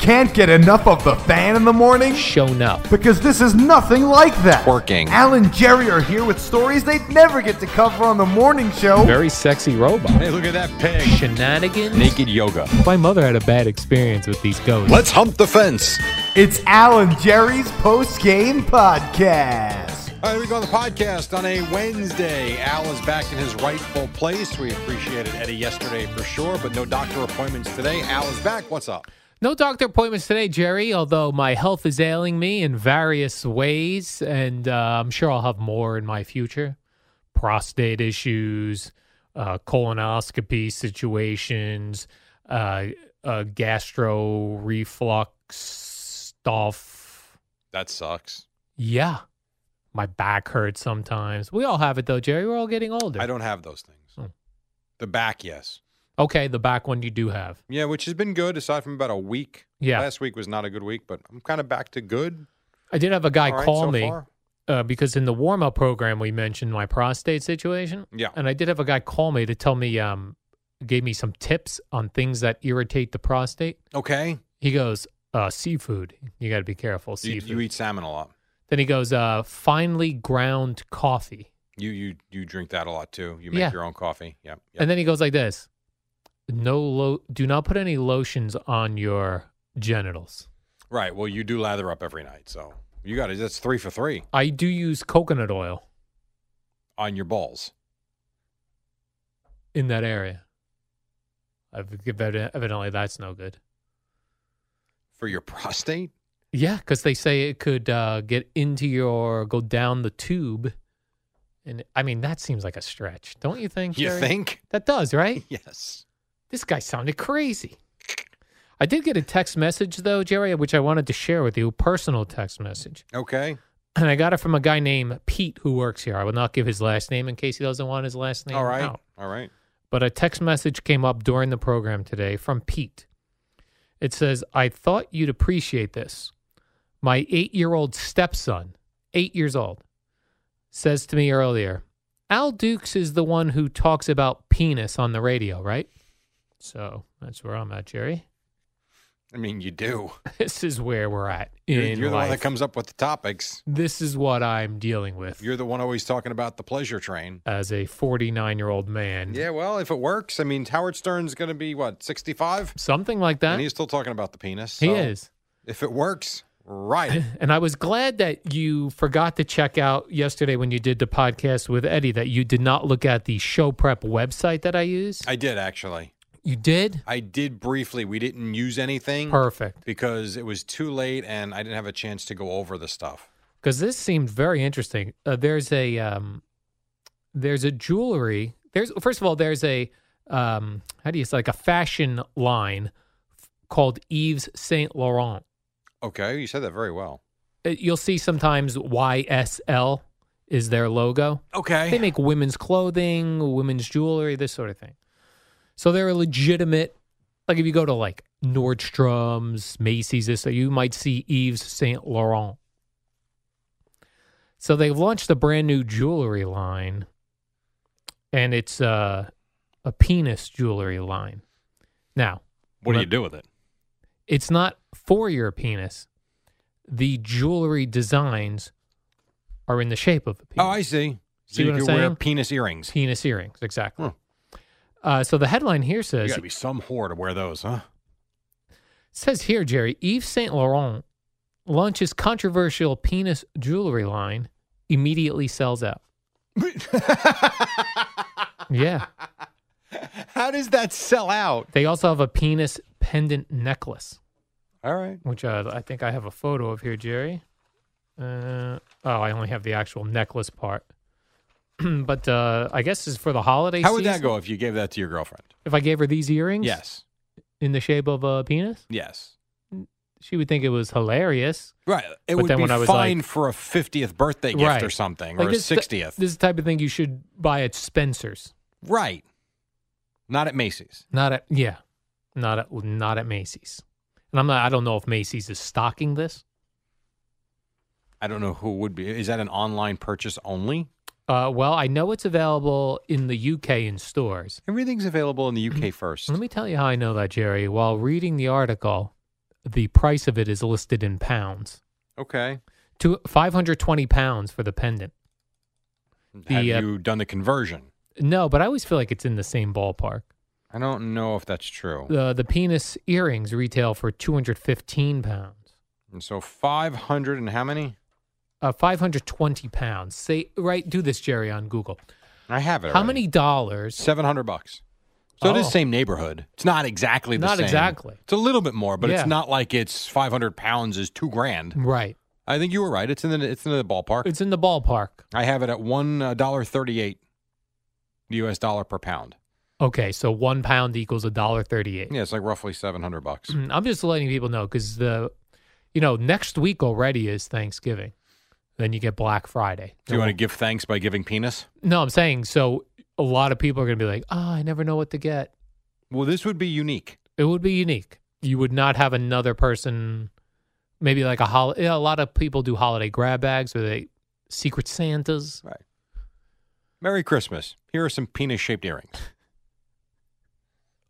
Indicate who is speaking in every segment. Speaker 1: Can't get enough of the fan in the morning?
Speaker 2: shown up.
Speaker 1: Because this is nothing like that.
Speaker 3: Working.
Speaker 1: Al and Jerry are here with stories they'd never get to cover on the morning show.
Speaker 2: Very sexy robot.
Speaker 3: Hey, look at that pig.
Speaker 2: Shenanigans.
Speaker 3: Naked yoga.
Speaker 2: My mother had a bad experience with these ghosts.
Speaker 3: Let's hump the fence.
Speaker 1: It's Al and Jerry's post game podcast.
Speaker 3: All right, here we go on the podcast on a Wednesday. Al is back in his rightful place. We appreciated Eddie yesterday for sure, but no doctor appointments today. Al is back. What's up?
Speaker 2: No doctor appointments today, Jerry, although my health is ailing me in various ways, and uh, I'm sure I'll have more in my future. Prostate issues, uh, colonoscopy situations, uh, uh, gastro reflux stuff.
Speaker 3: That sucks.
Speaker 2: Yeah. My back hurts sometimes. We all have it, though, Jerry. We're all getting older.
Speaker 3: I don't have those things.
Speaker 2: Hmm.
Speaker 3: The back, yes.
Speaker 2: Okay, the back one you do have.
Speaker 3: Yeah, which has been good aside from about a week.
Speaker 2: Yeah.
Speaker 3: Last week was not a good week, but I'm kind of back to good.
Speaker 2: I did have a guy
Speaker 3: All right
Speaker 2: call
Speaker 3: so
Speaker 2: me
Speaker 3: far.
Speaker 2: uh, because in the warm up program we mentioned my prostate situation.
Speaker 3: Yeah.
Speaker 2: And I did have a guy call me to tell me, um, gave me some tips on things that irritate the prostate.
Speaker 3: Okay.
Speaker 2: He goes, uh, seafood. You got to be careful.
Speaker 3: You,
Speaker 2: Seafood.
Speaker 3: you eat salmon a lot.
Speaker 2: then he goes, uh, finely ground coffee.
Speaker 3: You you you drink that a lot too. You make
Speaker 2: Yeah.
Speaker 3: your own coffee. Yeah. yeah.
Speaker 2: And then he goes like this No, lo- do not put any lotions on your genitals.
Speaker 3: right. Well, you do lather up every night, so you got it. That's three for three.
Speaker 2: I do use coconut oil
Speaker 3: on your balls.
Speaker 2: in that area. I've, evidently, that's no good.
Speaker 3: For your prostate?
Speaker 2: Yeah, because they say it could uh, get into your go down the tube, and I mean that seems like a stretch, don't you think?
Speaker 3: You
Speaker 2: Jerry?
Speaker 3: think?
Speaker 2: that does right?
Speaker 3: Yes.
Speaker 2: This guy sounded crazy. I did get a text message though, Jerry, which I wanted to share with you, a personal text message,
Speaker 3: Okay.
Speaker 2: and I got it from a guy named Pete who works here. I will not give his last name in case he doesn't want his last name.
Speaker 3: All right.
Speaker 2: out.
Speaker 3: All right.
Speaker 2: but a text message came up during the program today from Pete. It says, I thought you'd appreciate this. My eight year old stepson, eight years old, says to me earlier, Al Dukes is the one who talks about penis on the radio, right? So that's where I'm at, Jerry.
Speaker 3: I mean, you do.
Speaker 2: This is where we're at in
Speaker 3: You're, you're the one that
Speaker 2: life.
Speaker 3: comes up with the topics.
Speaker 2: this is what I'm dealing with
Speaker 3: You're the one always talking about the pleasure train.
Speaker 2: as a 49 year old man.
Speaker 3: Yeah, well, if it works, I mean, Howard Stern's going to be what, 65?
Speaker 2: Something like that.
Speaker 3: And he's still talking about the penis.
Speaker 2: he
Speaker 3: so
Speaker 2: is.
Speaker 3: If it works, right.
Speaker 2: And I was glad that you forgot to check out yesterday when you did the podcast with Eddie that you did not look at the show prep website that I use.
Speaker 3: I did actually.
Speaker 2: You did?
Speaker 3: I did briefly. We didn't use anything
Speaker 2: Perfect.
Speaker 3: because it was too late and I didn't have a chance to go over the stuff.
Speaker 2: Because this seemed very interesting. Uh, there's a um, there's a jewelry. There's first of all there's a um, how do you say like a fashion line f- called Yves Saint Laurent.
Speaker 3: Okay, you said that very well.
Speaker 2: Uh, You'll see sometimes YSL is their logo.
Speaker 3: Okay.
Speaker 2: They make women's clothing, women's jewelry, this sort of thing. So they're a legitimate. Like if you go to like Nordstrom's, Macy's, this, you might see Yves Saint Laurent. So they've launched a brand new jewelry line, and it's uh, a penis jewelry line. Now,
Speaker 3: what do you do with it?
Speaker 2: it's not for your penis. The jewelry designs are in the shape of a penis.
Speaker 3: Oh, I see. So
Speaker 2: See
Speaker 3: you
Speaker 2: what I'm
Speaker 3: can wear
Speaker 2: saying?
Speaker 3: penis earrings.
Speaker 2: penis earrings. Exactly. Uh, so the headline here
Speaker 3: You
Speaker 2: says
Speaker 3: gotta be some whore to wear those, huh?
Speaker 2: says here Jerry Yves Saint Laurent launches controversial penis jewelry line, immediately sells out. Yeah,
Speaker 3: How does that sell out?
Speaker 2: They also have a penis pendant necklace,
Speaker 3: All right.
Speaker 2: which uh, I think I have a photo of here, Jerry. Uh, oh, I only have the actual necklace part. but uh, I guess is for the holiday
Speaker 3: How would that
Speaker 2: season.
Speaker 3: go if you gave that to your girlfriend?
Speaker 2: If I gave her these earrings
Speaker 3: Yes.
Speaker 2: in the shape of a penis,
Speaker 3: Yes.
Speaker 2: she would think it was hilarious.
Speaker 3: Right. It
Speaker 2: But
Speaker 3: would
Speaker 2: then
Speaker 3: be
Speaker 2: when I was
Speaker 3: fine
Speaker 2: like-
Speaker 3: for a 50th birthday gift
Speaker 2: Right.
Speaker 3: or something,
Speaker 2: Like
Speaker 3: or a
Speaker 2: this-
Speaker 3: 60th.
Speaker 2: This is the type of thing you should buy at Spencer's.
Speaker 3: right. Not at Macy's.
Speaker 2: Not at yeah, not at not at Macy's. And I'm not. I don't know if Macy's is stocking this.
Speaker 3: I don't know who would be. Is that an online purchase only?
Speaker 2: Uh, well, I know it's available in the UK in stores.
Speaker 3: Everything's available in the UK first.
Speaker 2: Mm-hmm. Let me tell you how I know that, Jerry. While reading the article, the price of it is listed in pounds.
Speaker 3: Okay.
Speaker 2: To 520 pounds for the pendant.
Speaker 3: Have
Speaker 2: The, uh,
Speaker 3: you done the conversion?
Speaker 2: No, but I always feel like it's in the same ballpark.
Speaker 3: I don't know if that's true.
Speaker 2: The the penis earrings retail for 215 pounds.
Speaker 3: And so 500 and how many?
Speaker 2: Uh, 520 pounds. Say right. Do this, Jerry, on Google.
Speaker 3: I have it.
Speaker 2: How
Speaker 3: already.
Speaker 2: many dollars
Speaker 3: 700 bucks. So it is
Speaker 2: Oh.
Speaker 3: same neighborhood. It's not exactly the
Speaker 2: Not
Speaker 3: same.
Speaker 2: exactly.
Speaker 3: It's a little bit more, but
Speaker 2: Yeah.
Speaker 3: it's not like it's 500 pounds is two grand.
Speaker 2: Right.
Speaker 3: I think you were right. It's in the it's in the ballpark.
Speaker 2: It's in the ballpark.
Speaker 3: I have it at one uh, dollar thirty-eight U.S. dollar per pound.
Speaker 2: Okay, so one pound equals a dollar thirty-eight.
Speaker 3: Yeah, it's like roughly 700 bucks.
Speaker 2: I'm just letting people know because the, you know, next week already is Thanksgiving. Then you get Black Friday.
Speaker 3: Do you want to give thanks by giving penis?
Speaker 2: No, I'm saying so. A lot of people are going to be like, "Ah, I never know what to get."
Speaker 3: Well, this would be unique.
Speaker 2: It would be unique. You would not have another person. Maybe like a holiday. a lot of people do holiday grab bags or they secret Santas.
Speaker 3: Right. Merry Christmas. Here are some penis-shaped earrings.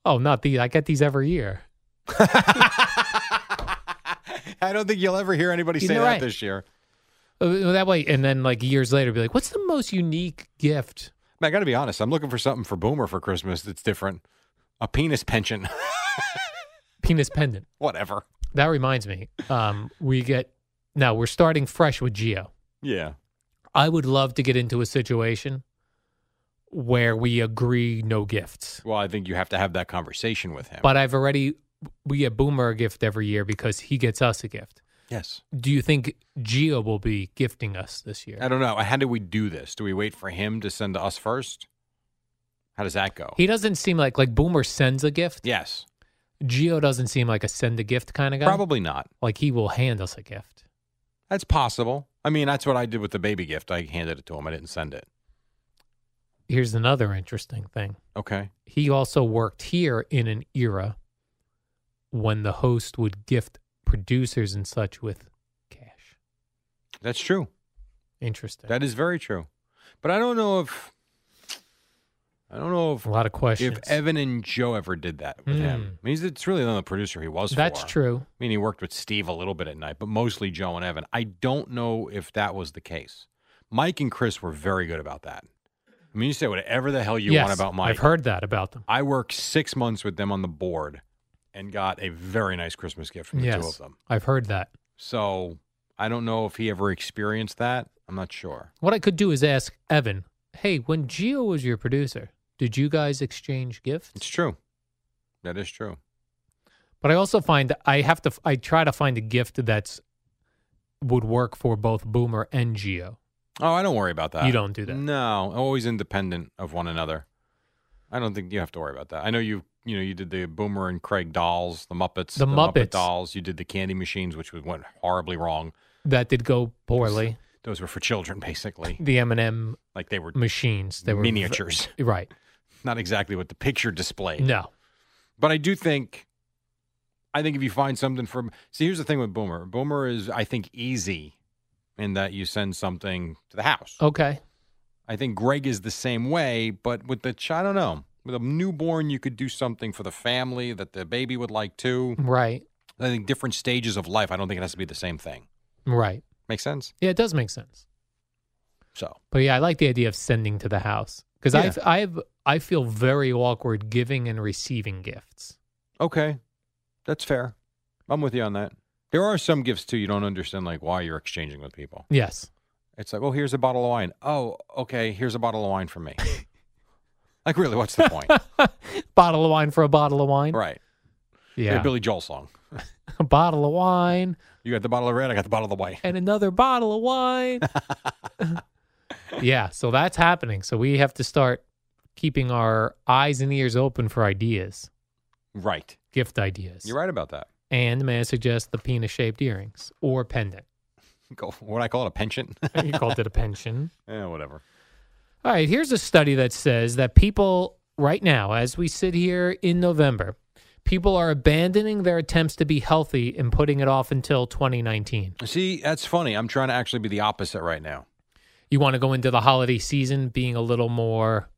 Speaker 2: Oh, not these. I get these every year.
Speaker 3: I don't think you'll ever hear anybody say
Speaker 2: You're
Speaker 3: that
Speaker 2: right.
Speaker 3: this year.
Speaker 2: Uh, That way, and then like years later, be like, "What's the most unique gift?"
Speaker 3: Man, I got to be honest. I'm looking for something for Boomer for Christmas that's different. A penis pension.
Speaker 2: Penis pendant.
Speaker 3: Whatever.
Speaker 2: That reminds me. Um, we get now we're starting fresh with Geo.
Speaker 3: Yeah.
Speaker 2: I would love to get into a situation where we agree no gifts.
Speaker 3: Well, I think you have to have that conversation with him.
Speaker 2: But I've already we get Boomer a gift every year because he gets us a gift.
Speaker 3: yes.
Speaker 2: Do you think Geo will be gifting us this year?
Speaker 3: I don't know. How do we do this? Do we wait for him to send to us first? How does that go?
Speaker 2: He doesn't seem like like Boomer sends a gift.
Speaker 3: yes.
Speaker 2: Geo doesn't seem like a send a gift kind of guy.
Speaker 3: Probably not.
Speaker 2: like he will hand us a gift.
Speaker 3: That's possible. I mean, that's what I did with the baby gift. I handed it to him. I didn't send it.
Speaker 2: Here's another interesting thing.
Speaker 3: Okay.
Speaker 2: he also worked here in an era when the host would gift producers and such with cash.
Speaker 3: That's true.
Speaker 2: Interesting.
Speaker 3: That is very true. But I don't know if I don't know if
Speaker 2: a lot of questions. Hmm.
Speaker 3: if Evan and Joe ever did that with him. I mean, he's, it's really the only producer he was.
Speaker 2: That's
Speaker 3: for.
Speaker 2: true.
Speaker 3: I mean, he worked with Steve a little bit at night, but mostly Joe and Evan. I don't know if that was the case. Mike and Chris were very good about that. I mean, you say whatever the hell you
Speaker 2: yes,
Speaker 3: want about Mike.
Speaker 2: I've heard that about them.
Speaker 3: I worked six months with them on the board and got a very nice Christmas gift from the
Speaker 2: yes,
Speaker 3: two of them.
Speaker 2: I've heard that.
Speaker 3: So I don't know if he ever experienced that. I'm not sure.
Speaker 2: What I could do is ask Evan, hey, when Gio was your producer, did you guys exchange gifts?
Speaker 3: It's true. That is true.
Speaker 2: But I also find I have to, I try to find a gift that's would work for both Boomer and Gio.
Speaker 3: Oh, I don't worry about that.
Speaker 2: You don't do that.
Speaker 3: No, always independent of one another. I don't think you have to worry about that. I know you. You know, you did the Boomer and Craig dolls, the Muppets,
Speaker 2: The Muppets.
Speaker 3: Muppet dolls. You did the candy machines, which was- went horribly wrong.
Speaker 2: That did go poorly.
Speaker 3: Those were for children, basically.
Speaker 2: The M&M
Speaker 3: Like they were
Speaker 2: machines. They were v-
Speaker 3: miniatures,
Speaker 2: Right.
Speaker 3: not exactly what the picture displayed.
Speaker 2: No.
Speaker 3: But I do think, I think if you find something from, see, here's the thing with Boomer. Boomer is, I think, easy in that you send something to the house.
Speaker 2: Okay.
Speaker 3: I think Greg is the same way, but with the, ch- I don't know, with a newborn, you could do something for the family that the baby would like too.
Speaker 2: Right.
Speaker 3: I think different stages of life, I don't think it has to be the same thing.
Speaker 2: Right.
Speaker 3: Make sense?
Speaker 2: Yeah, it does make sense.
Speaker 3: So,
Speaker 2: But yeah, I like the idea of sending to the house because
Speaker 3: Yeah.
Speaker 2: I've I've I feel very awkward giving and receiving gifts.
Speaker 3: okay. That's fair. I'm with you on that. There are some gifts too you don't understand, like why you're exchanging with people.
Speaker 2: Yes.
Speaker 3: It's like, oh, here's a bottle of wine. Oh, okay, here's a bottle of wine from me. Like, really, what's the point?
Speaker 2: Bottle of wine for a bottle of wine.
Speaker 3: right.
Speaker 2: Yeah.
Speaker 3: A Billy Joel song.
Speaker 2: a bottle of wine
Speaker 3: You got the bottle of red, I got the bottle of the white.
Speaker 2: and another bottle of wine. yeah. So that's happening. So we have to start keeping our eyes and ears open for ideas,
Speaker 3: Right.
Speaker 2: gift ideas.
Speaker 3: You're right about that.
Speaker 2: And may I suggest the penis shaped earrings or pendant?
Speaker 3: Go, what I call it, a penchant?
Speaker 2: you called it a pension.
Speaker 3: yeah, whatever.
Speaker 2: All right, here's a study that says that people right now, as we sit here in November, people are abandoning their attempts to be healthy and putting it off until 2019.
Speaker 3: See, that's funny. I'm trying to actually be the opposite right now.
Speaker 2: You want to go into the holiday season being a little more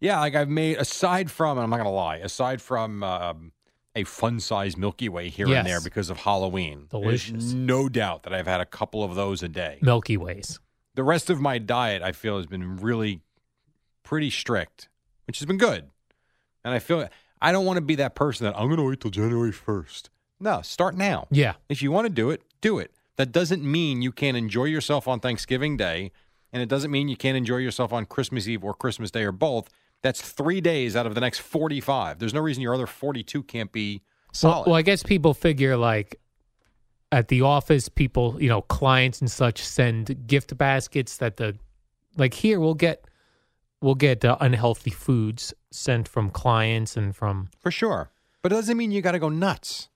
Speaker 3: Yeah, like I've made, aside from, and I'm not going to lie, aside from um, a fun size Milky Way here
Speaker 2: Yes.
Speaker 3: and there because of Halloween, there's
Speaker 2: Delicious.
Speaker 3: no doubt that I've had a couple of those a day.
Speaker 2: Milky Ways.
Speaker 3: The rest of my diet, I feel, has been really pretty strict, which has been good. And I feel I don't want to be that person that I'm going to wait till January 1st. No, start now.
Speaker 2: Yeah.
Speaker 3: If you want to do it, do it. That doesn't mean you can't enjoy yourself on Thanksgiving Day, and it doesn't mean you can't enjoy yourself on Christmas Eve or Christmas Day or both. That's three days out of the next 45. There's no reason your other 42 can't be
Speaker 2: Well,
Speaker 3: solid.
Speaker 2: well, I guess people figure like at the office, people, you know, clients and such send gift baskets that the, like here, we'll get, we'll get uh, unhealthy foods sent from clients and from,
Speaker 3: For sure. But it doesn't mean you got to go nuts.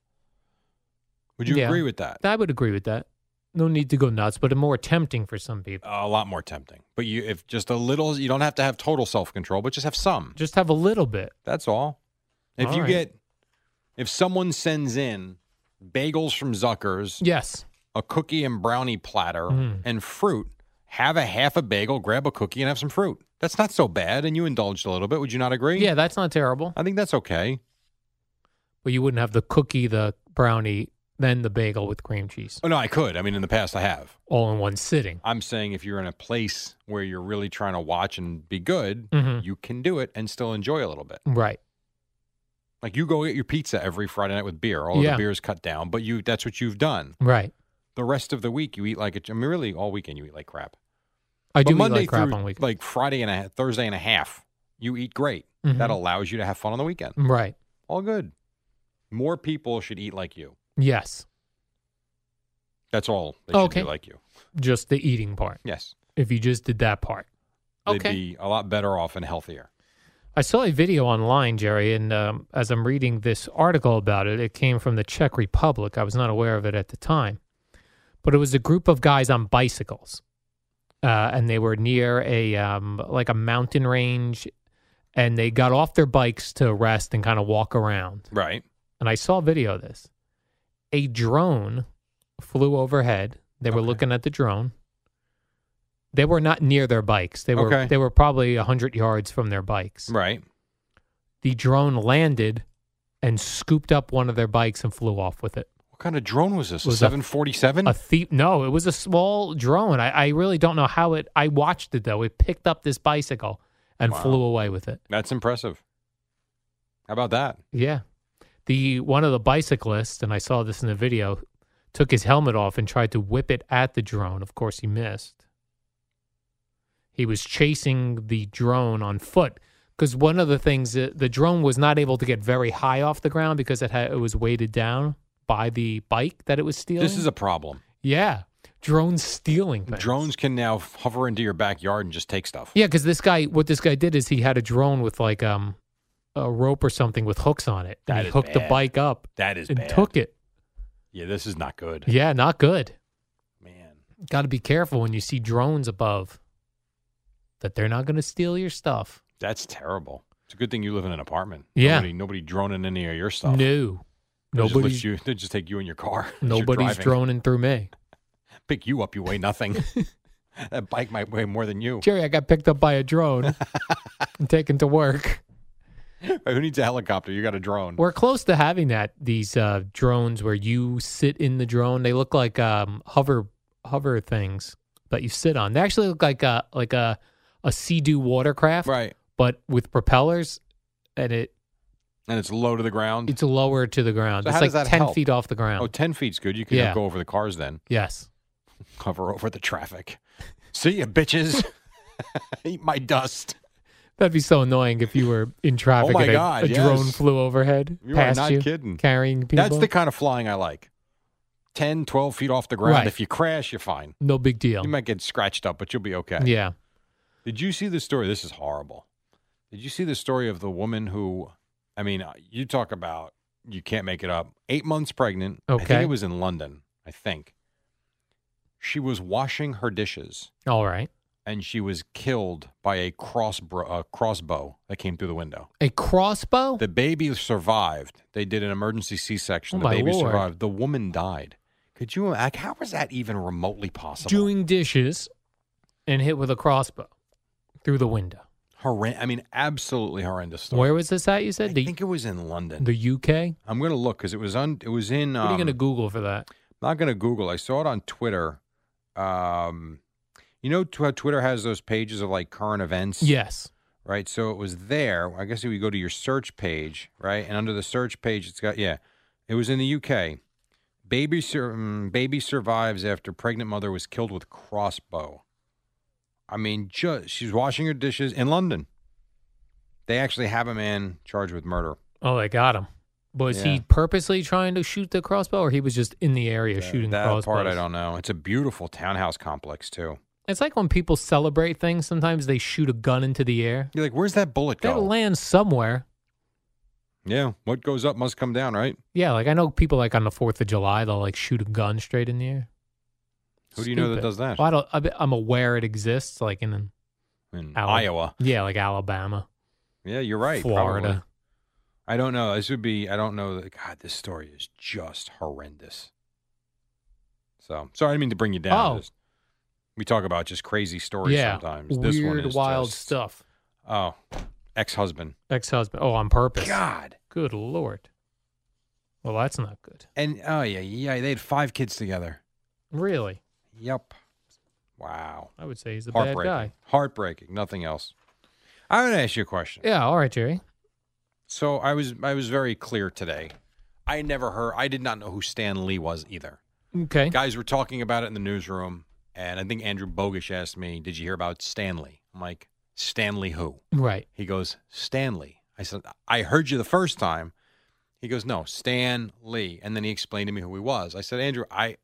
Speaker 3: Would you
Speaker 2: Yeah.
Speaker 3: agree with that?
Speaker 2: I would agree with that. No need to go nuts, but more tempting for some people.
Speaker 3: A lot more tempting. But you, if just a little, you don't have to have total self control, but just have some.
Speaker 2: Just have a little bit.
Speaker 3: That's all. If
Speaker 2: All
Speaker 3: you
Speaker 2: right.
Speaker 3: get, if someone sends in bagels from Zucker's,
Speaker 2: Yes.
Speaker 3: a cookie and brownie platter
Speaker 2: Mm.
Speaker 3: and fruit. Have a half a bagel, grab a cookie, and have some fruit. That's not so bad. And you indulged a little bit. Would you not agree?
Speaker 2: Yeah, that's not terrible.
Speaker 3: I think that's okay.
Speaker 2: But you wouldn't have the cookie, the brownie, then the bagel with cream cheese
Speaker 3: Oh, no, I could. I mean, in the past, I have.
Speaker 2: all in one sitting.
Speaker 3: I'm saying if you're in a place where you're really trying to watch and be good,
Speaker 2: Mhm.
Speaker 3: you can do it and still enjoy a little bit.
Speaker 2: Right.
Speaker 3: Like you go get your pizza every Friday night with beer. All
Speaker 2: Yeah.
Speaker 3: the beer is cut down, but you that's what you've done.
Speaker 2: Right.
Speaker 3: The rest of the week, you eat like a, I mean, really all weekend, you eat like crap.
Speaker 2: I do
Speaker 3: but
Speaker 2: eat
Speaker 3: Monday
Speaker 2: like crap
Speaker 3: through
Speaker 2: on weekends.
Speaker 3: like Friday and a Thursday and a half, you eat great.
Speaker 2: Mhm.
Speaker 3: That allows you to have fun on the weekend.
Speaker 2: right.
Speaker 3: All good. More people should eat like you.
Speaker 2: Yes.
Speaker 3: That's all. They should
Speaker 2: Okay.
Speaker 3: be like you.
Speaker 2: Just the eating part.
Speaker 3: Yes.
Speaker 2: If you just did that part.
Speaker 3: They'd be a lot better off and healthier.
Speaker 2: I saw a video online, Jerry, and um, as I'm reading this article about it, it came from the Czech Republic. I was not aware of it at the time, but it was a group of guys on bicycles, uh, and they were near a um, like a mountain range, and they got off their bikes to rest and kind of walk around.
Speaker 3: Right.
Speaker 2: And I saw a video of this. A drone flew overhead. They were
Speaker 3: Okay.
Speaker 2: looking at the drone. They were not near their bikes. They were
Speaker 3: Okay.
Speaker 2: they were probably hundred yards from their bikes
Speaker 3: Right.
Speaker 2: the drone landed and scooped up one of their bikes and flew off with it.
Speaker 3: What kind of drone was this?
Speaker 2: Was a-
Speaker 3: a 747?
Speaker 2: A thief? No, it was a small drone. I, I really don't know how it. I watched it though. It picked up this bicycle and
Speaker 3: Wow.
Speaker 2: flew away with it.
Speaker 3: That's impressive. How about that?
Speaker 2: Yeah, the one of the bicyclists, and I saw this in the video, took his helmet off and tried to whip it at the drone. Of course, he missed. He was chasing the drone on foot because one of the things that the drone was not able to get very high off the ground because it had it was weighted down by the bike that it was stealing.
Speaker 3: This is a problem.
Speaker 2: yeah, drone stealing. Things.
Speaker 3: Drones can now hover into your backyard and just take stuff.
Speaker 2: Yeah, because this guy, what this guy did is he had a drone with like um a rope or something with hooks on it.
Speaker 3: That
Speaker 2: and he
Speaker 3: is
Speaker 2: hooked the
Speaker 3: bad.
Speaker 2: bike up
Speaker 3: That is
Speaker 2: and
Speaker 3: bad.
Speaker 2: took it.
Speaker 3: Yeah, this is not good.
Speaker 2: Yeah, not good.
Speaker 3: Man.
Speaker 2: Got to be careful when you see drones above that they're not going to steal your stuff.
Speaker 3: That's terrible. It's a good thing you live in an apartment.
Speaker 2: Yeah.
Speaker 3: Nobody, nobody droning any of your stuff.
Speaker 2: No,
Speaker 3: They just let
Speaker 2: nobody's
Speaker 3: you, they just take you in your car. as you're
Speaker 2: nobody's
Speaker 3: driving.
Speaker 2: droning through me.
Speaker 3: pick you up, you weigh nothing. that bike might weigh more than you.
Speaker 2: Jerry, I got picked up by a drone and taken to work.
Speaker 3: Who needs a helicopter? You got a drone.
Speaker 2: We're close to having that. These uh, drones where you sit in the drone, they look like um, hover hover things that you sit on. They actually look like a like a a sea doo watercraft,
Speaker 3: Right.
Speaker 2: but with propellers, and it
Speaker 3: And it's low to the ground.
Speaker 2: it's lower to the ground.
Speaker 3: So
Speaker 2: it's
Speaker 3: how
Speaker 2: like
Speaker 3: does that
Speaker 2: ten
Speaker 3: help?
Speaker 2: feet off the ground.
Speaker 3: oh, 10 feet's good. You can
Speaker 2: Yeah.
Speaker 3: go over the cars then.
Speaker 2: Yes.
Speaker 3: Cover over the traffic. See ya, bitches. Eat my dust.
Speaker 2: That'd be so annoying if you were in traffic
Speaker 3: Oh my
Speaker 2: and a,
Speaker 3: God,
Speaker 2: a drone
Speaker 3: yes.
Speaker 2: flew overhead
Speaker 3: You are
Speaker 2: past
Speaker 3: not
Speaker 2: you,
Speaker 3: kidding.
Speaker 2: carrying people.
Speaker 3: That's the kind of flying I like. 10, 12 feet off the ground.
Speaker 2: Right.
Speaker 3: If you crash, you're fine.
Speaker 2: no big deal.
Speaker 3: You might get scratched up, but you'll be okay.
Speaker 2: yeah,
Speaker 3: Did you see the story? This is horrible. Did you see the story of the woman who, I mean, uh, you talk about you can't make it up. Eight months pregnant. I think
Speaker 2: Okay.
Speaker 3: it was in London, I think. She was washing her dishes
Speaker 2: all right.
Speaker 3: and she was killed by a crossbow, a crossbow that came through the window.
Speaker 2: A crossbow.
Speaker 3: The baby survived. They did an emergency C section.
Speaker 2: Oh,
Speaker 3: the
Speaker 2: my
Speaker 3: baby
Speaker 2: Lord.
Speaker 3: survived. The woman died. Could you, like, how was that even remotely possible?
Speaker 2: doing dishes and hit with a crossbow through the window.
Speaker 3: Horren- I mean, absolutely horrendous story.
Speaker 2: Where was this at? You said
Speaker 3: I
Speaker 2: the
Speaker 3: think it was in London.
Speaker 2: the UK.
Speaker 3: I'm gonna look because it was on. It was in. Um,
Speaker 2: what are you going to Google for that?
Speaker 3: Not gonna Google. I saw it on Twitter. Um, you know tw- how Twitter has those pages of like current events.
Speaker 2: Yes.
Speaker 3: Right. So it was there. I guess if you go to your search page, right, and under the search page, it's got yeah. It was in the UK. Baby sur- mm, baby survives after pregnant mother was killed with crossbow. I mean, just she's washing her dishes in London. They actually have a man charged with murder.
Speaker 2: Oh, they got him. Was
Speaker 3: Yeah.
Speaker 2: he purposely trying to shoot the crossbow, or he was just in the area
Speaker 3: Yeah,
Speaker 2: shooting
Speaker 3: that
Speaker 2: crossbows?
Speaker 3: part I don't know. It's a beautiful townhouse complex too.
Speaker 2: It's like when people celebrate things. Sometimes they shoot a gun into the air.
Speaker 3: You're like, where's that bullet
Speaker 2: That
Speaker 3: go?
Speaker 2: lands somewhere.
Speaker 3: yeah, what goes up must come down, right?
Speaker 2: Yeah, like I know people like on the Fourth of July, they'll like shoot a gun straight in the air.
Speaker 3: Who do you know that
Speaker 2: Stupid.
Speaker 3: does that?
Speaker 2: Well, I don't. I be- I'm aware it exists, like in
Speaker 3: In
Speaker 2: Al-
Speaker 3: Iowa.
Speaker 2: yeah, like Alabama,
Speaker 3: Yeah, you're right.
Speaker 2: Florida.
Speaker 3: probably. I don't know. This would be. I don't know. That, God, this story is just horrendous. So sorry, I didn't mean to bring you down.
Speaker 2: Oh.
Speaker 3: Just- we talk about just crazy stories
Speaker 2: yeah,
Speaker 3: sometimes.
Speaker 2: weird,
Speaker 3: This one is
Speaker 2: wild
Speaker 3: just-
Speaker 2: stuff.
Speaker 3: Oh, ex-husband.
Speaker 2: Ex-husband. Oh, on purpose.
Speaker 3: God.
Speaker 2: Good lord. Well, that's not good.
Speaker 3: And oh yeah, yeah. They had five kids together.
Speaker 2: Really,
Speaker 3: Yep. Wow.
Speaker 2: I would say he's a bad
Speaker 3: Heartbreaking.
Speaker 2: guy.
Speaker 3: Heartbreaking. Nothing else. I'm going to ask you a question.
Speaker 2: Yeah. All right, Jerry.
Speaker 3: So I was I was very clear today. I never heard. I did not know who Stan Lee was either.
Speaker 2: Okay.
Speaker 3: Guys were talking about it in the newsroom, and I think Andrew Bogish asked me, "Did you hear about Stanley?" I'm like, "Stanley who?"
Speaker 2: Right.
Speaker 3: He goes, "Stanley." I said, "I heard you the first time." He goes, "No, Stan Lee." And then he explained to me who he was. I said, "Andrew, I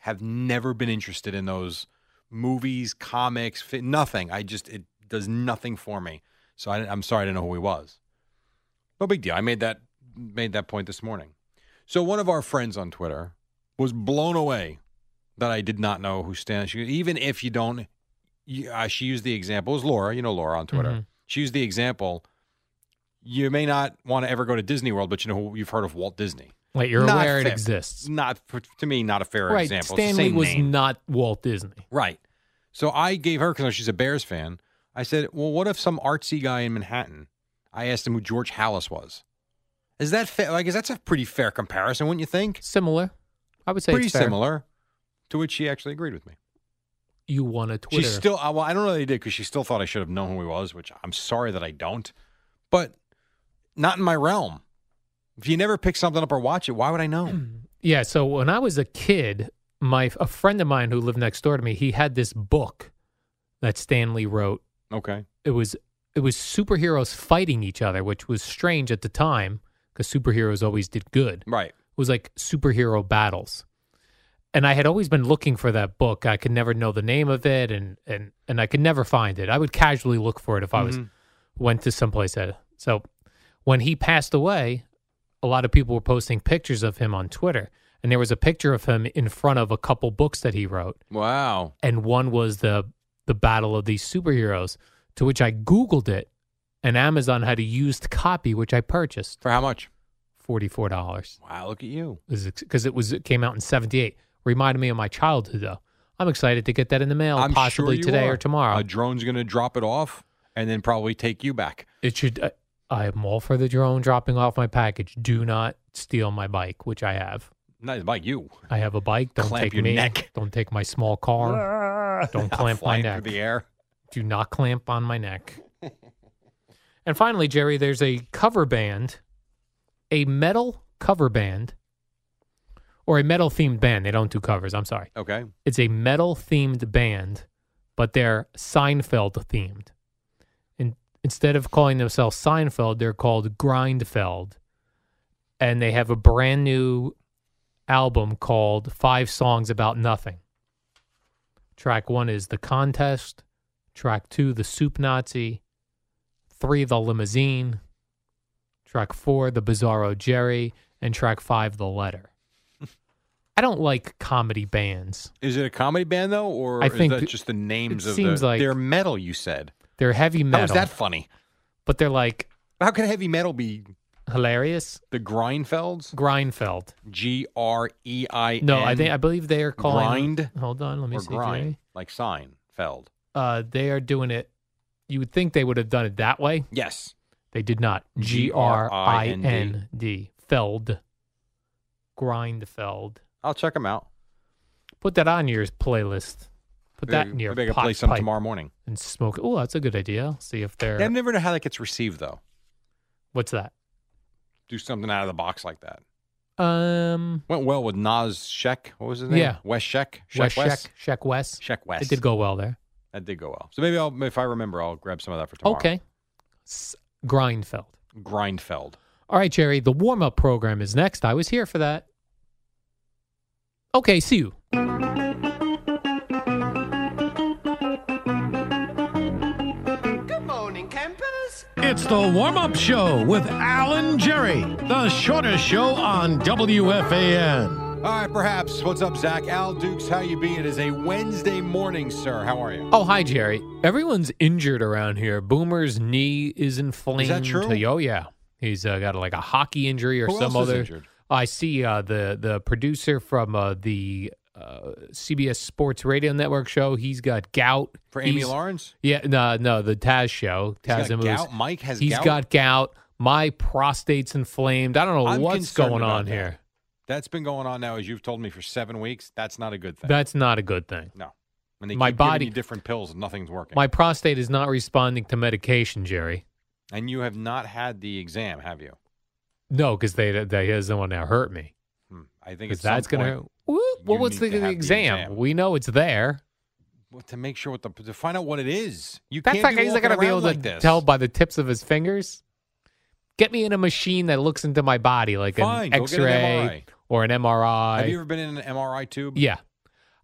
Speaker 3: have never been interested in those movies, comics, fi- nothing. I just it does nothing for me. So I, I'm sorry I didn't know who he was. No big deal. I made that made that point this morning. So one of our friends on Twitter was blown away that I did not know who Stan. She, even if you don't, you, uh, she used the example. It was Laura, you know Laura on Twitter.
Speaker 2: Mhm.
Speaker 3: She used the example. You may not want to ever go to Disney World, but you know who- you've heard of Walt Disney.
Speaker 2: Like you're
Speaker 3: Not
Speaker 2: aware it
Speaker 3: fair.
Speaker 2: exists.
Speaker 3: Not to me, not a fair
Speaker 2: right.
Speaker 3: example. It's the
Speaker 2: Stanley
Speaker 3: same
Speaker 2: was
Speaker 3: name.
Speaker 2: not Walt Disney.
Speaker 3: Right. So I gave her because she's a Bears fan. I said, "Well, what if some artsy guy in Manhattan?" I asked him who George Hallis was. Is that fair? Like, is that's a pretty fair comparison, wouldn't you think?
Speaker 2: Similar. I would say
Speaker 3: pretty
Speaker 2: it's fair.
Speaker 3: similar. To which she actually agreed with me.
Speaker 2: You won a Twitter.
Speaker 3: She still, uh, well, I don't know that he did because she still thought I should have known who he was, which I'm sorry that I don't. But not in my realm. If you never pick something up or watch it, why would I know?
Speaker 2: Yeah. So when I was a kid, my a friend of mine who lived next door to me, he had this book that Stanley wrote.
Speaker 3: okay.
Speaker 2: It was it was superheroes fighting each other, which was strange at the time because superheroes always did good.
Speaker 3: Right.
Speaker 2: It was like superhero battles. And I had always been looking for that book. I could never know the name of it and and and I could never find it. I would casually look for it if I was went to someplace that so when he passed away, a lot of people were posting pictures of him on Twitter. And there was a picture of him in front of a couple books that he wrote.
Speaker 3: Wow.
Speaker 2: And one was the the Battle of these Superheroes, to which I Googled it and Amazon had a used copy, which I purchased.
Speaker 3: For how much?
Speaker 2: Forty four dollars
Speaker 3: Wow, look at you.
Speaker 2: because it was it came out in 78 reminded me of my childhood though i'm excited to get that in the mail
Speaker 3: I'm
Speaker 2: possibly
Speaker 3: sure you
Speaker 2: today
Speaker 3: are.
Speaker 2: or tomorrow
Speaker 3: A drone's going to drop it off and then probably take you back.
Speaker 2: it should uh, i'm all for the drone dropping off my package do not steal my bike which i have
Speaker 3: Not by you.
Speaker 2: i have a bike don't
Speaker 3: Clamp
Speaker 2: take
Speaker 3: your
Speaker 2: me
Speaker 3: neck.
Speaker 2: don't take my small car don't clamp my
Speaker 3: Flying
Speaker 2: neck
Speaker 3: through the air.
Speaker 2: do not clamp on my neck and finally jerry there's a cover band a metal cover band or a metal themed band they don't do covers i'm sorry
Speaker 3: Okay.
Speaker 2: It's a metal themed band, but they're Seinfeld themed. And Instead of calling themselves Seinfeld, they're called Grindfeld. And they have a brand new album called Five Songs About Nothing. Track one is The Contest. Track two, The Soup Nazi. Three, The Limousine. Track four, The Bizarro Jerry. And track five, The Letter. I don't like comedy bands.
Speaker 3: Is it a comedy band though, or
Speaker 2: I
Speaker 3: is
Speaker 2: think
Speaker 3: that
Speaker 2: th-
Speaker 3: just the names
Speaker 2: it
Speaker 3: of
Speaker 2: seems
Speaker 3: the?
Speaker 2: like-
Speaker 3: they're metal. You said.
Speaker 2: They're heavy
Speaker 3: How Oh, is
Speaker 2: metal,
Speaker 3: that funny?
Speaker 2: but they're like
Speaker 3: How could heavy metal be
Speaker 2: hilarious.
Speaker 3: the Grindfelds?
Speaker 2: Grindfeld.
Speaker 3: G R E I N.
Speaker 2: No, I think I believe they are calling
Speaker 3: Grind?
Speaker 2: Hold on, let me
Speaker 3: or
Speaker 2: see.
Speaker 3: grind
Speaker 2: Jerry.
Speaker 3: like Seinfeld.
Speaker 2: Uh, they are doing it. You would think they would have done it that way.
Speaker 3: Yes.
Speaker 2: They did not. G R I N D Feld. Grindfeld.
Speaker 3: I'll check them out.
Speaker 2: Put that on your playlist. Put that in
Speaker 3: maybe,
Speaker 2: your
Speaker 3: maybe I can
Speaker 2: pot
Speaker 3: play some
Speaker 2: pipe
Speaker 3: tomorrow morning.
Speaker 2: and smoke. Oh, that's a good idea. See if they're
Speaker 3: I never know how that gets received though.
Speaker 2: what's that?
Speaker 3: Do something out of the box like that.
Speaker 2: Um,
Speaker 3: Went well with Nas Sheck. What was his name?
Speaker 2: Yeah.
Speaker 3: West Sheck.
Speaker 2: West
Speaker 3: Sheck West.
Speaker 2: Sheck, Sheck West.
Speaker 3: Sheck West.
Speaker 2: It did go well there.
Speaker 3: That did go well. So maybe I'll, if I remember, I'll grab some of that for tomorrow.
Speaker 2: Okay. S- Grindfeld.
Speaker 3: Grindfeld.
Speaker 2: All right, Jerry, the warm up program is next. I was here for that. Okay, see you.
Speaker 4: It's the warm up show with Alan Jerry, the shortest show on WFAN.
Speaker 3: All right, perhaps. What's up, Zach? Al Dukes, how you be? It is a Wednesday morning, sir. How are you?
Speaker 2: Oh, hi, Jerry. Everyone's injured around here. Boomer's knee is inflamed.
Speaker 3: true?
Speaker 2: Oh, yeah. He's uh, got like a hockey injury or
Speaker 3: Who
Speaker 2: some
Speaker 3: else is
Speaker 2: other.
Speaker 3: injured?
Speaker 2: I see uh, the the producer from uh, the uh, CBS Sports Radio Network show. He's got gout.
Speaker 3: For Amy
Speaker 2: He's-
Speaker 3: Lawrence?
Speaker 2: Yeah, no, no, the Taz show.
Speaker 3: He's
Speaker 2: Taz
Speaker 3: got
Speaker 2: and Moose.
Speaker 3: gout? Mike has
Speaker 2: He's
Speaker 3: gout?
Speaker 2: got gout. My prostate's inflamed. I don't know
Speaker 3: I'm
Speaker 2: what's
Speaker 3: concerned
Speaker 2: going
Speaker 3: about
Speaker 2: on
Speaker 3: that.
Speaker 2: here.
Speaker 3: That's been going on now, as you've told me, for seven weeks. That's not a good thing.
Speaker 2: That's not a good thing.
Speaker 3: no. And they
Speaker 2: my
Speaker 3: keep giving
Speaker 2: body-
Speaker 3: you different pills and nothing's working.
Speaker 2: My prostate is not responding to medication, Jerry.
Speaker 3: and you have not had the exam, have you?
Speaker 2: No, because they they doesn't want to hurt me.
Speaker 3: Hmm. I think
Speaker 2: 'Cause
Speaker 3: it's
Speaker 2: that's gonna.
Speaker 3: going
Speaker 2: Hurt. Woo, well,
Speaker 3: you
Speaker 2: what's
Speaker 3: need
Speaker 2: the,
Speaker 3: to have
Speaker 2: the
Speaker 3: the
Speaker 2: exam?
Speaker 3: exam.
Speaker 2: We know it's there.
Speaker 3: to to make sure what the to find out what it is. You
Speaker 2: That's
Speaker 3: can't
Speaker 2: like
Speaker 3: be
Speaker 2: he's not
Speaker 3: going to
Speaker 2: be able to
Speaker 3: like this.
Speaker 2: tell by the tips of his fingers. Get me in a machine that looks into my body, like
Speaker 3: Fine,
Speaker 2: an
Speaker 3: go get an
Speaker 2: X-ray
Speaker 3: MRI.
Speaker 2: or an MRI.
Speaker 3: Have you ever been in an MRI tube?
Speaker 2: yeah,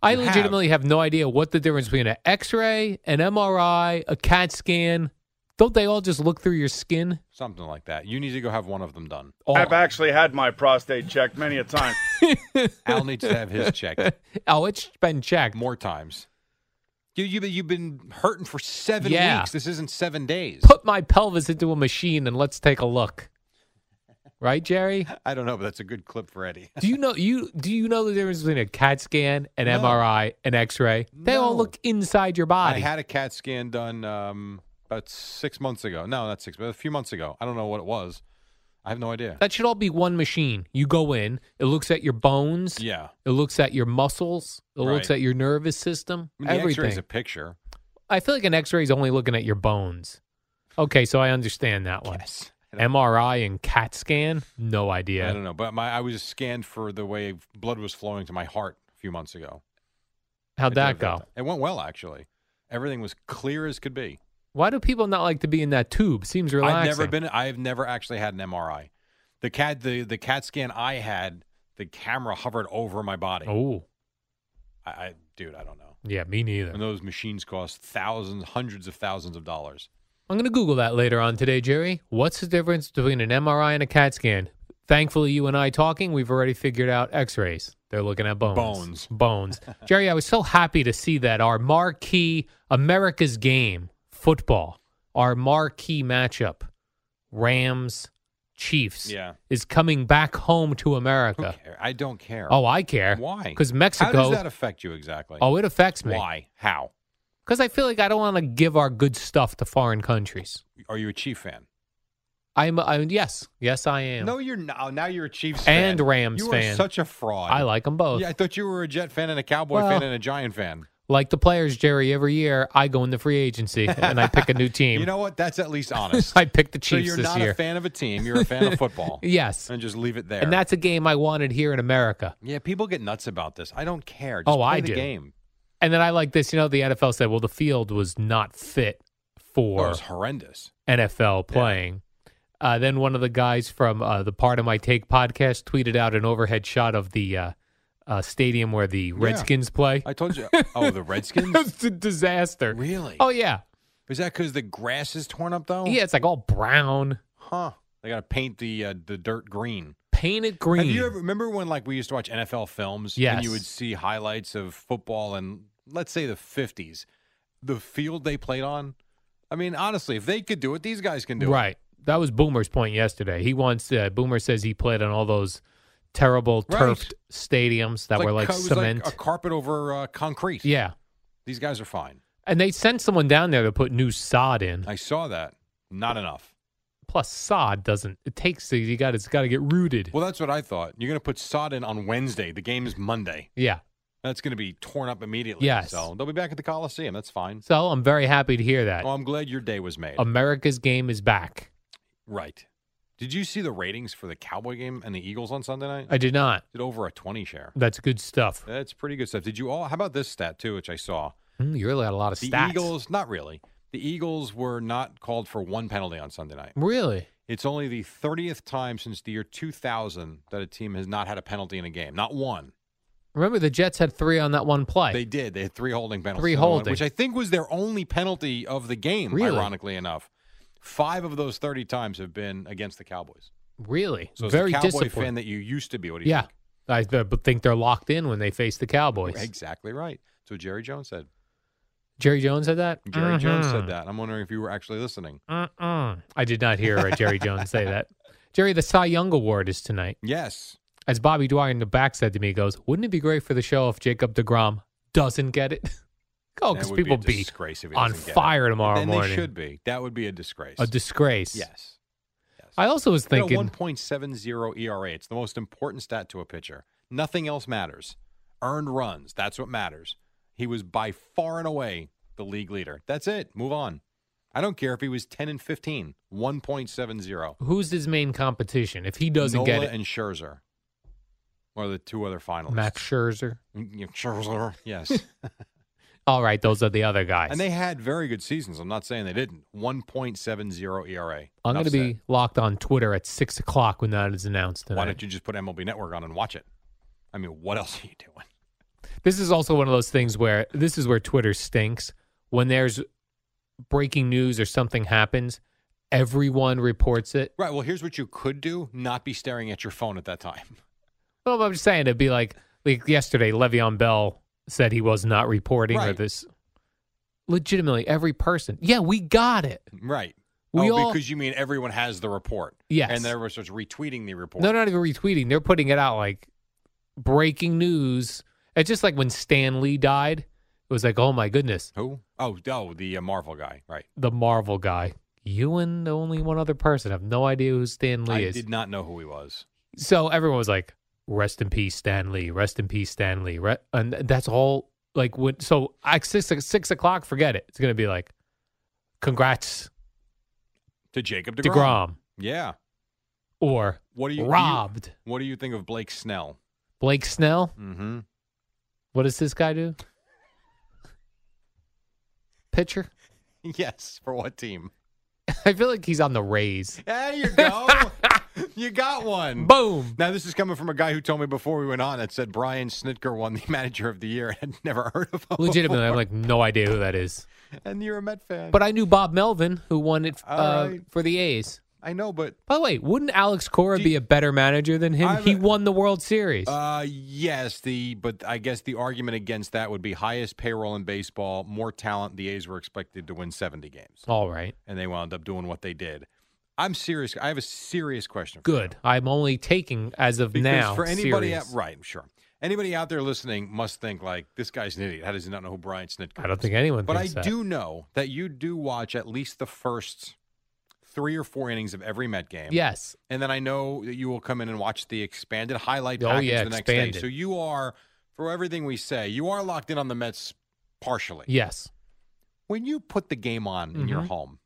Speaker 2: I
Speaker 3: You have.
Speaker 2: legitimately have. no idea what the difference between an X-ray, an MRI, a CAT scan. Don't they all just look through your skin?
Speaker 3: Something like that. You need to go have one of them done.
Speaker 2: All-
Speaker 5: I've actually had my prostate checked many a time.
Speaker 3: Al needs to have his checked
Speaker 2: oh, it's been checked.
Speaker 3: more times. You, you, you've been hurting for seven
Speaker 2: Yeah.
Speaker 3: weeks. This isn't seven days.
Speaker 2: put my pelvis into a machine and let's take a look. Right, Jerry?
Speaker 3: I don't know, but that's a good clip for Eddie.
Speaker 2: Do you know you do you know the difference between a CAT scan, an
Speaker 3: No.
Speaker 2: MRI, an X-ray? They all
Speaker 3: No.
Speaker 2: look inside your
Speaker 3: I
Speaker 2: body.
Speaker 3: had a CAT scan done um, about six months ago. No, not six, but a few months ago. I don't know what it was. I have no idea.
Speaker 2: that should all be one machine. You go in, it looks at your bones,
Speaker 3: Yeah,
Speaker 2: it looks at your muscles, it looks
Speaker 3: Right.
Speaker 2: at your nervous system,
Speaker 3: I mean, the X-ray
Speaker 2: everything.
Speaker 3: is a picture.
Speaker 2: I feel like an X-ray is only looking at your bones. Okay, so I understand that one.
Speaker 3: Yes.
Speaker 2: MRI and CAT scan? No idea.
Speaker 3: I don't know, but my I was scanned for the way blood was flowing to my heart a few months ago.
Speaker 2: How'd
Speaker 3: I
Speaker 2: that
Speaker 3: did have
Speaker 2: go?
Speaker 3: It went well actually. Everything was clear as could be.
Speaker 2: Why do people not like to be in that tube? Seems relaxing.
Speaker 3: I've never been. I have never actually had an MRI. The cat the the CAT scan I had, the camera hovered over my body.
Speaker 2: Oh,
Speaker 3: I, I dude, I don't know.
Speaker 2: yeah, me neither.
Speaker 3: And those machines cost thousands, hundreds of thousands of dollars.
Speaker 2: I'm going to Google that later on today, Jerry. What's the difference between an MRI and a CAT scan? Thankfully, you and I talking, we've already figured out x rays. They're looking at bones.
Speaker 3: Bones.
Speaker 2: Bones. Jerry, I was so happy to see that our marquee America's game, football, our marquee matchup, Rams Chiefs,
Speaker 3: Yeah.
Speaker 2: is coming back home to
Speaker 3: Who
Speaker 2: America.
Speaker 3: care? I don't care.
Speaker 2: Oh, I care.
Speaker 3: why?
Speaker 2: Because
Speaker 3: How does
Speaker 2: Mexico.
Speaker 3: that affect you exactly?
Speaker 2: oh, it affects me.
Speaker 3: why? How?
Speaker 2: Because I feel like I don't want to give our good stuff to foreign countries.
Speaker 3: Are you a Chief fan?
Speaker 2: I'm, I'm yes, yes, I am.
Speaker 3: No, you're not. Now you're a Chiefs fan.
Speaker 2: And Rams
Speaker 3: you
Speaker 2: fan.
Speaker 3: Are such a fraud.
Speaker 2: I like them both.
Speaker 3: Yeah, I thought you were a Jet fan and a Cowboy
Speaker 2: Well,
Speaker 3: fan and a Giant fan.
Speaker 2: Like the players, Jerry. Every year, I go in the free agency and I pick a new team.
Speaker 3: You know what? That's at least honest.
Speaker 2: I picked the
Speaker 3: so
Speaker 2: Chiefs
Speaker 3: you're
Speaker 2: this
Speaker 3: not
Speaker 2: year.
Speaker 3: a fan of a team. You're a fan of football.
Speaker 2: Yes,
Speaker 3: And just leave it there.
Speaker 2: and that's a game I wanted here in America.
Speaker 3: yeah, people get nuts about this. I don't care. Just
Speaker 2: Oh,
Speaker 3: play
Speaker 2: I
Speaker 3: the
Speaker 2: do.
Speaker 3: game.
Speaker 2: And then I like this. You know, the NFL said, "Well, the field was not fit
Speaker 3: That
Speaker 2: for
Speaker 3: was horrendous.
Speaker 2: NFL playing. Uh, then one of the guys from uh, the Part of My Take podcast tweeted out an overhead shot of the uh, uh, stadium where the Redskins play.
Speaker 3: I told you. Oh, the Redskins.
Speaker 2: it's a disaster.
Speaker 3: Really? Oh.
Speaker 2: Oh yeah,
Speaker 3: Is that because the grass is torn up though?
Speaker 2: yeah. It's like all brown,
Speaker 3: Huh. They got to paint the uh, the dirt green.
Speaker 2: painted green.
Speaker 3: Have you ever remember when like we used to watch NFL films and
Speaker 2: Yes.
Speaker 3: you would see highlights of football and let's say the 50s, the field they played on? I mean, honestly, if they could do it, these guys can do it.
Speaker 2: right. That was Boomer's point yesterday. He wants uh, Boomer says he played on all those terrible
Speaker 3: Right.
Speaker 2: turfed stadiums that
Speaker 3: It's
Speaker 2: were like
Speaker 3: co- it was
Speaker 2: cement.
Speaker 3: a carpet over uh, concrete.
Speaker 2: yeah,
Speaker 3: These guys are fine.
Speaker 2: and they sent someone down there to put new sod in.
Speaker 3: I saw that. Not enough.
Speaker 2: Plus, sod doesn't. It takes you got. It's got to get rooted.
Speaker 3: Well, that's what I thought. You're going to put sod in on Wednesday. The game is Monday.
Speaker 2: yeah.
Speaker 3: That's going to be torn up immediately.
Speaker 2: Yes.
Speaker 3: So they'll be back at the Coliseum. That's fine.
Speaker 2: So I'm very happy to hear that.
Speaker 3: Oh, I'm glad your day was made.
Speaker 2: Um, America's game is back.
Speaker 3: right. Did you see the ratings for the Cowboy game and the Eagles on Sunday night?
Speaker 2: I did not.
Speaker 3: did over a 20 share.
Speaker 2: That's good stuff.
Speaker 3: That's pretty good stuff. Did you all? How about this stat too, which I saw?
Speaker 2: Hmm, you really had a lot of
Speaker 3: The
Speaker 2: stats.
Speaker 3: Eagles, not really. The Eagles were not called for one penalty on Sunday night.
Speaker 2: Really?
Speaker 3: It's only the 30th time since the year 2000 that a team has not had a penalty in a game. Not one.
Speaker 2: Remember the Jets had three on that one play.
Speaker 3: They did. They had three holding penalties.
Speaker 2: Three
Speaker 3: in the one,
Speaker 2: holding.
Speaker 3: Which I think was their only penalty of the game,
Speaker 2: Really?
Speaker 3: ironically enough. Five of those 30 times have been against the Cowboys.
Speaker 2: really?
Speaker 3: So, as
Speaker 2: Very
Speaker 3: a Cowboy
Speaker 2: disciplined.
Speaker 3: fan that you used to be, what do you
Speaker 2: yeah. I th- but think they're locked in when they face the Cowboys.
Speaker 3: think? Exactly right. So, Jerry Jones said.
Speaker 2: Jerry Jones said that?
Speaker 3: Jerry Jones said
Speaker 2: Mhm.
Speaker 3: that. I'm wondering if you were actually listening.
Speaker 2: Mm-mm. I did not hear uh, Jerry Jones say that. Jerry, the Cy Young Award is tonight.
Speaker 3: Yes.
Speaker 2: As Bobby Dwyer in the back said to me, he goes, wouldn't it be great for the show if Jacob DeGrom doesn't get it? oh,
Speaker 3: That
Speaker 2: because
Speaker 3: would
Speaker 2: people
Speaker 3: be, a
Speaker 2: be
Speaker 3: disgrace if he
Speaker 2: on
Speaker 3: doesn't get it.
Speaker 2: fire tomorrow
Speaker 3: then
Speaker 2: morning.
Speaker 3: They should be. That would be a disgrace.
Speaker 2: A disgrace.
Speaker 3: yes. yes.
Speaker 2: I also was
Speaker 3: You know,
Speaker 2: thinking.
Speaker 3: 1.70 ERA. E It's the most important stat to a pitcher. Nothing else matters. Earned runs. That's what matters. He was by far and away the league leader. That's it. Move on. I don't care if he was 10 and 15. 1.70.
Speaker 2: Who's his main competition? If he doesn't
Speaker 3: Nola
Speaker 2: get it,
Speaker 3: and Scherzer are the two other finalists. Mm,
Speaker 2: Max Scherzer.
Speaker 3: Scherzer. Yes.
Speaker 2: All right, those are the other guys.
Speaker 3: And they had very good seasons. I'm not saying they didn't. 1.70 ERA.
Speaker 2: I'm going to
Speaker 3: Enough
Speaker 2: be
Speaker 3: said.
Speaker 2: locked on Twitter at six o'clock when that is announced. Tonight.
Speaker 3: Why don't you just put MLB Network on and watch it? I mean, what else are you doing?
Speaker 2: This is also one of those things where this is where Twitter stinks. When there's breaking news or something happens, everyone reports it.
Speaker 3: Right. Well, here's what you could do: not be staring at your phone at that time.
Speaker 2: Well, I'm just saying it'd be like like yesterday. Le'Veon Bell said he was not reporting or
Speaker 3: Right.
Speaker 2: this. Legitimately, every person. Yeah, we got it.
Speaker 3: Right.
Speaker 2: We
Speaker 3: oh,
Speaker 2: all-
Speaker 3: because you mean everyone has the report.
Speaker 2: Yes.
Speaker 3: And then everyone starts retweeting the report.
Speaker 2: No, not even retweeting. They're putting it out like breaking news. It's just like when Stan Lee died. It was like, oh my goodness,
Speaker 3: Who? Oh, oh, the uh, Marvel guy. Right.
Speaker 2: the Marvel guy. You and only one other person have no idea who Stan Lee
Speaker 3: I
Speaker 2: is.
Speaker 3: did not know who he was.
Speaker 2: So everyone was like, rest in peace, Stan Lee. Rest in peace, Stan Lee. Re- and that's all. Like when so at six six o'clock, forget it. It's gonna be like, congrats,
Speaker 3: To Jacob Degrom.
Speaker 2: Degrom,
Speaker 3: Yeah.
Speaker 2: or
Speaker 3: What do you do you-
Speaker 2: robbed
Speaker 3: what do you think of Blake Snell?
Speaker 2: Blake Snell.
Speaker 3: Mm-hmm.
Speaker 2: What does this guy do? Pitcher.
Speaker 3: Yes. For what team?
Speaker 2: I feel like he's on the Rays.
Speaker 3: There you go. you got one.
Speaker 2: Boom.
Speaker 3: Now, this is coming from a guy who told me before we went on that said Brian Snitker won the Manager of the Year and had never heard of him.
Speaker 2: Legitimately, I have like no idea who that is.
Speaker 3: before. and you're a Met fan.
Speaker 2: But I knew Bob Melvin, who won it
Speaker 3: All
Speaker 2: uh,
Speaker 3: right.
Speaker 2: for the A's.
Speaker 3: I know, but
Speaker 2: By the way, wouldn't Alex Cora
Speaker 3: Do
Speaker 2: be
Speaker 3: you-
Speaker 2: a better manager than him?
Speaker 3: I've-
Speaker 2: he won the World Series.
Speaker 3: uh, yes, the but I guess the argument against that would be highest payroll in baseball, more talent. The A's were expected to win 70 games,
Speaker 2: All right.
Speaker 3: and they wound up doing what they did. I'm serious. I have a serious question. For you.
Speaker 2: Good. I'm only taking as of
Speaker 3: Because
Speaker 2: now.
Speaker 3: for anybody
Speaker 2: series.
Speaker 3: out, right, sure. Anybody out there listening must think like this guy's an idiot. How does he not know who Brian Snitker?
Speaker 2: I don't
Speaker 3: is?
Speaker 2: think anyone
Speaker 3: But I
Speaker 2: thinks that.
Speaker 3: do know that you do watch at least the first three or four innings of every Met game.
Speaker 2: Yes.
Speaker 3: And then I know that you will come in and watch the expanded highlight
Speaker 2: Oh,
Speaker 3: package
Speaker 2: yeah,
Speaker 3: the next day.
Speaker 2: expanded.
Speaker 3: So you are, for everything we say, you are locked in on the Mets partially.
Speaker 2: Yes.
Speaker 3: When you put the game on in your
Speaker 2: Mhm.
Speaker 3: home,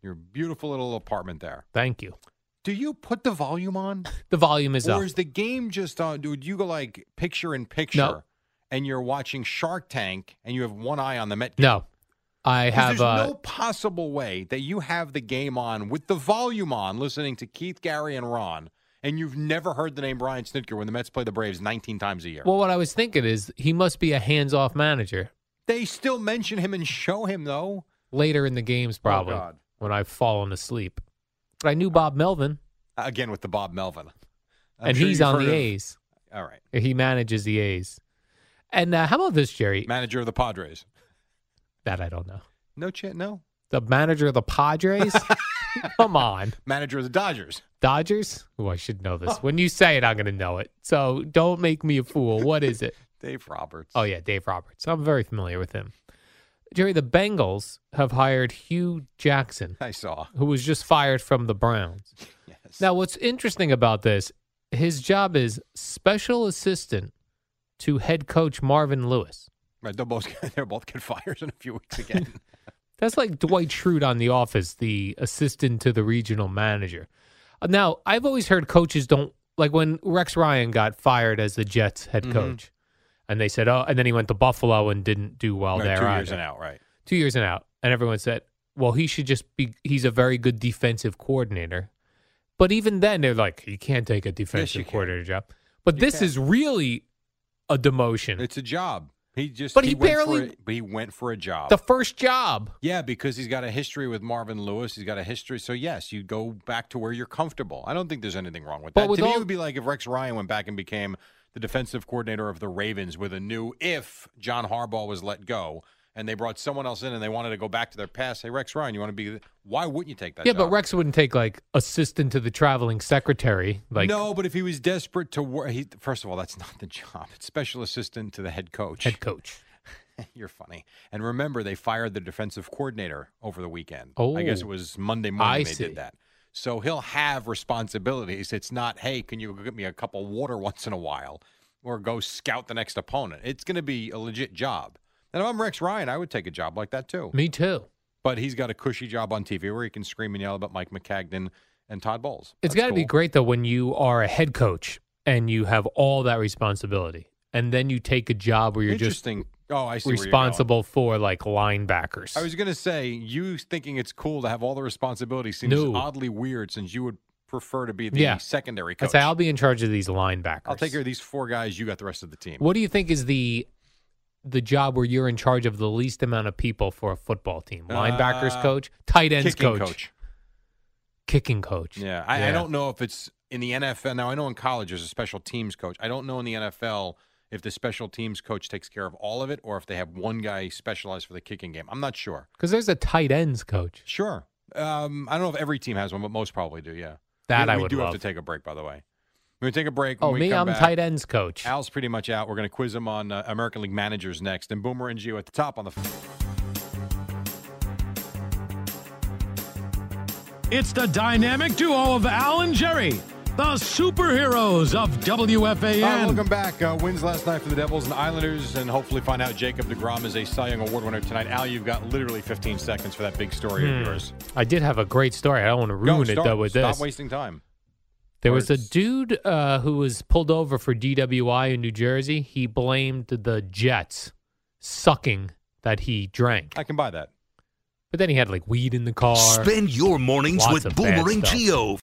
Speaker 3: your beautiful little apartment there,
Speaker 2: Thank you.
Speaker 3: do you put the volume on?
Speaker 2: The volume is up.
Speaker 3: or is the game just on? Dude, you go like picture in picture and you're watching Shark Tank and you have one eye on the Met game?
Speaker 2: No. I have
Speaker 3: there's
Speaker 2: uh,
Speaker 3: no possible way that you have the game on with the volume on, listening to Keith, Gary, and Ron, and you've never heard the name Brian Snitker when the Mets play the Braves 19 times a year.
Speaker 2: Well, what I was thinking is he must be a hands-off manager
Speaker 3: they still mention him and show him though.
Speaker 2: later in the games, probably
Speaker 3: Oh, God.
Speaker 2: when I've fallen asleep. But I knew Bob Melvin,
Speaker 3: Again with the Bob Melvin, I'm
Speaker 2: and
Speaker 3: sure
Speaker 2: he's
Speaker 3: you've
Speaker 2: on
Speaker 3: heard
Speaker 2: the
Speaker 3: of-
Speaker 2: A's.
Speaker 3: All right,
Speaker 2: He manages the A's. And uh, how about this, Jerry?
Speaker 3: manager of the Padres.
Speaker 2: that I don't know.
Speaker 3: No chance. No
Speaker 2: The manager of the Padres. Come on,
Speaker 3: manager of the Dodgers.
Speaker 2: Dodgers. Oh, I should know this. When you say it, I'm going to know it. So don't make me a fool. What is it?
Speaker 3: Dave Roberts.
Speaker 2: Oh yeah, Dave Roberts. I'm very familiar with him. Jerry, the Bengals have hired Hugh Jackson,
Speaker 3: I saw.
Speaker 2: who was just fired from the Browns.
Speaker 3: Yes.
Speaker 2: Now, what's interesting about this, his job is special assistant to head coach Marvin Lewis.
Speaker 3: Right, they'll both they'll both get fires in a few weeks again.
Speaker 2: That's like Dwight Schrute on The Office, the assistant to the regional manager. Uh, Now, I've always heard coaches don't like when Rex Ryan got fired as the Jets head
Speaker 3: Mm-hmm.
Speaker 2: coach, and they said, "Oh," and then he went to Buffalo and didn't do well
Speaker 3: Right,
Speaker 2: there.
Speaker 3: two years
Speaker 2: either.
Speaker 3: and out. Right.
Speaker 2: two years and out, and everyone said, "Well, he should just be—he's a very good defensive coordinator." But even then, they're like, "You can't take a defensive
Speaker 3: you can.
Speaker 2: coordinator job." But this
Speaker 3: can.
Speaker 2: is really a demotion.
Speaker 3: It's a job. He just
Speaker 2: But he
Speaker 3: went for
Speaker 2: barely-
Speaker 3: a- but he went for a job.
Speaker 2: the first job.
Speaker 3: Yeah, because he's got a history with Marvin Lewis. He's got a history. So yes, you go back to where you're comfortable. I don't think there's anything wrong with
Speaker 2: But
Speaker 3: that.
Speaker 2: with
Speaker 3: to me,
Speaker 2: all-
Speaker 3: it would be like if Rex Ryan went back and became the defensive coordinator of the Ravens with a new if John Harbaugh was let go and they brought someone else in and they wanted to go back to their past. Hey, Rex Ryan, you want to be? Why wouldn't you take that?
Speaker 2: yeah, but
Speaker 3: job?
Speaker 2: Rex wouldn't take like assistant to the traveling secretary. Like
Speaker 3: no, but if he was desperate to work, he, first of all, that's not the job. It's special assistant to the head coach.
Speaker 2: head coach.
Speaker 3: You're funny. And remember, they fired the defensive coordinator over the weekend. I guess
Speaker 2: Oh.
Speaker 3: it was Monday
Speaker 2: I
Speaker 3: morning they
Speaker 2: see.
Speaker 3: did that. So he'll have responsibilities. It's not, hey, can you go get me a cup of water once in a while or go scout the next opponent? It's going to be a legit job. And if I'm Rex Ryan, I would take a job like that too.
Speaker 2: Me too.
Speaker 3: But he's got a cushy job on TV where he can scream and yell about Mike McCagden and Todd Bowles.
Speaker 2: It's
Speaker 3: That's
Speaker 2: got to be
Speaker 3: cool.
Speaker 2: great though when you are a head coach and you have all that responsibility, and then you take a job where you're just
Speaker 3: Interesting. oh, I see where you're going.
Speaker 2: responsible for like linebackers.
Speaker 3: I was going to say, you thinking it's cool to have all the responsibility seems
Speaker 2: No.
Speaker 3: oddly weird since you would prefer to be the
Speaker 2: Yeah.
Speaker 3: secondary
Speaker 2: I
Speaker 3: coach.
Speaker 2: say I'll be in charge of these linebackers.
Speaker 3: I'll take care of these four guys. You got the rest of the team.
Speaker 2: What do you think is the the job where you're in charge of the least amount of people for a football team? Linebackers
Speaker 3: Uh,
Speaker 2: coach, tight ends
Speaker 3: Kicking
Speaker 2: coach, kicking coach.
Speaker 3: Yeah. I, I don't know if it's in the NFL. Now, I know in college there's a special teams coach. I don't know in the NFL if the special teams coach takes care of all of it or if they have one guy specialized for the kicking game. I'm not sure.
Speaker 2: because there's a tight ends coach
Speaker 3: Sure. Um, I don't know if every team has one, but most probably do. Yeah.
Speaker 2: that
Speaker 3: we,
Speaker 2: I
Speaker 3: we
Speaker 2: would
Speaker 3: do
Speaker 2: love.
Speaker 3: have to take a break, by the way. We're going to take a break.
Speaker 2: oh,
Speaker 3: When we
Speaker 2: me,
Speaker 3: come
Speaker 2: I'm
Speaker 3: back-
Speaker 2: tight ends coach.
Speaker 3: Al's pretty much out. We're going to quiz him on uh, American League managers next, and Boomer and Gio at the top on the.
Speaker 4: It's the dynamic duo of Al and Jerry, the superheroes of WFAN.
Speaker 3: Uh, welcome back. Uh, wins last night for the Devils and Islanders, and hopefully find out Jacob DeGrom is a Cy Young Award winner tonight. Al, you've got literally 15 seconds for that big story of yours.
Speaker 2: I did have a great story. I don't want to
Speaker 3: Go,
Speaker 2: Hmm. ruin it
Speaker 3: start.
Speaker 2: though with
Speaker 3: Stop
Speaker 2: this.
Speaker 3: wasting time.
Speaker 2: There was a
Speaker 3: Hurts.
Speaker 2: dude uh, who was pulled over for DWI in New Jersey. He blamed the Jets sucking that he drank,
Speaker 3: I can buy that.
Speaker 2: but then he had like weed in the car.
Speaker 6: Spend your mornings
Speaker 2: Lots
Speaker 6: with
Speaker 2: of bad
Speaker 6: Boomerang
Speaker 2: stuff.
Speaker 6: Geo